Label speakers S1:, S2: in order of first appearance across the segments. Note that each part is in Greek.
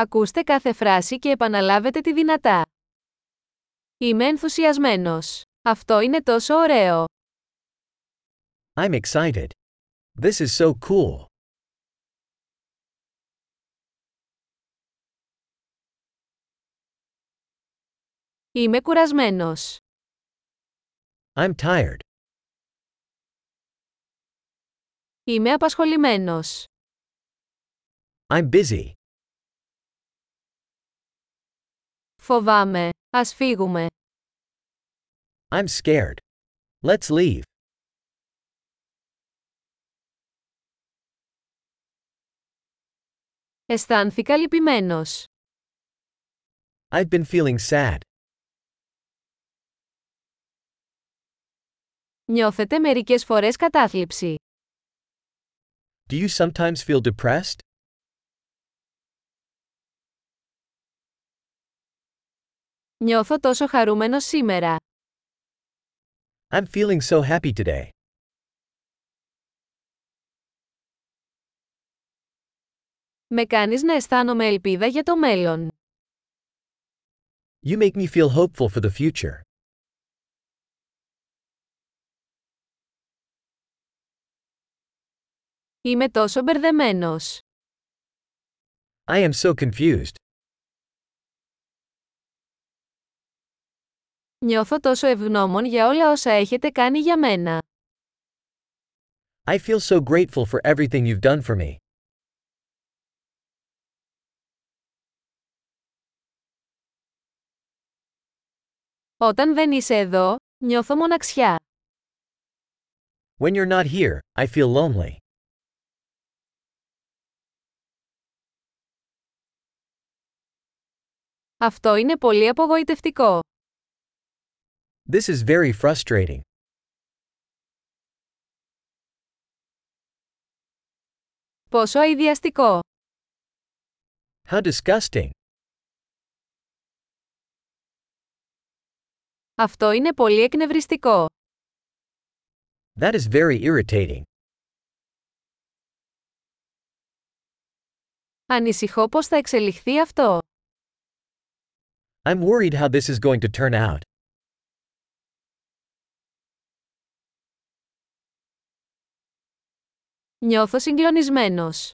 S1: Ακούστε κάθε φράση και επαναλάβετε τη δυνατά. Είμαι ενθουσιασμένος. Αυτό είναι τόσο ωραίο.
S2: I'm excited. This is so cool.
S1: Είμαι κουρασμένος.
S2: I'm tired.
S1: Είμαι απασχολημένος.
S2: I'm busy.
S1: Φοβάμαι. Ας φύγουμε.
S2: I'm scared. Let's leave.
S1: Αισθάνθηκα λυπημένος.
S2: I've been feeling sad.
S1: Νιώθετε μερικές φορές κατάθλιψη.
S2: Do you sometimes feel depressed?
S1: Νιώθω τόσο χαρούμενος σήμερα.
S2: I'm feeling so happy today.
S1: Με κάνεις να αισθάνομαι ελπίδα για το μέλλον.
S2: You make me feel hopeful for the future.
S1: Είμαι τόσο μπερδεμένος.
S2: I am so confused.
S1: Νιώθω τόσο ευγνώμων για όλα όσα έχετε κάνει για μένα.
S2: I feel so grateful for everything you've done for me.
S1: Όταν δεν είσαι εδώ, νιώθω μοναξιά.
S2: When you're not here, I feel lonely.
S1: Αυτό είναι πολύ απογοητευτικό.
S2: This is very frustrating.
S1: Πόσο αειδιαστικό.
S2: How disgusting.
S1: Αυτό είναι πολύ εκνευριστικό.
S2: That is very irritating.
S1: Ανησυχώ πώς θα εξελιχθεί αυτό.
S2: I'm worried how this is going to turn out.
S1: Νιώθω συγκλονισμένος.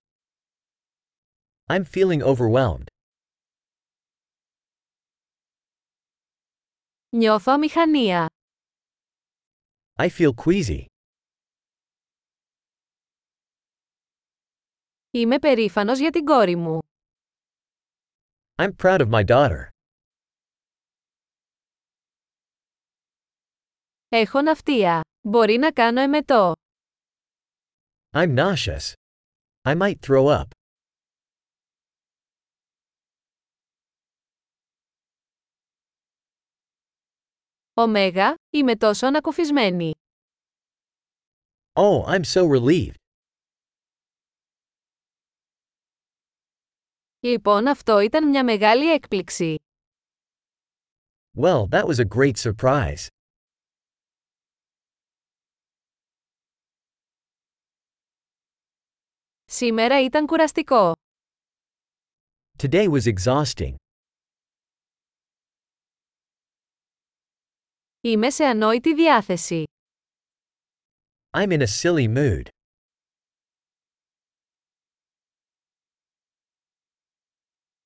S2: I'm feeling overwhelmed.
S1: Νιώθω αμηχανία.
S2: I feel queasy.
S1: Είμαι περήφανος για την κόρη μου.
S2: I'm proud of my daughter.
S1: Έχω ναυτία. Μπορεί να κάνω εμετό.
S2: I'm nauseous. I might throw up.
S1: Ωμέγα, είμαι τόσο ανακουφισμένη.
S2: Oh, I'm so relieved.
S1: Λοιπόν αυτό ήταν μια μεγάλη έκπληξη.
S2: Well, that was a great surprise.
S1: Σήμερα ήταν κουραστικό.
S2: Today was exhausting.
S1: Είμαι σε ανόητη διάθεση.
S2: I'm in a silly mood.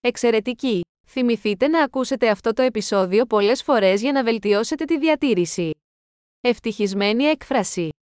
S1: Εξαιρετική! Θυμηθείτε να ακούσετε αυτό το επεισόδιο πολλές φορές για να βελτιώσετε τη διατήρηση. Ευτυχισμένη έκφραση!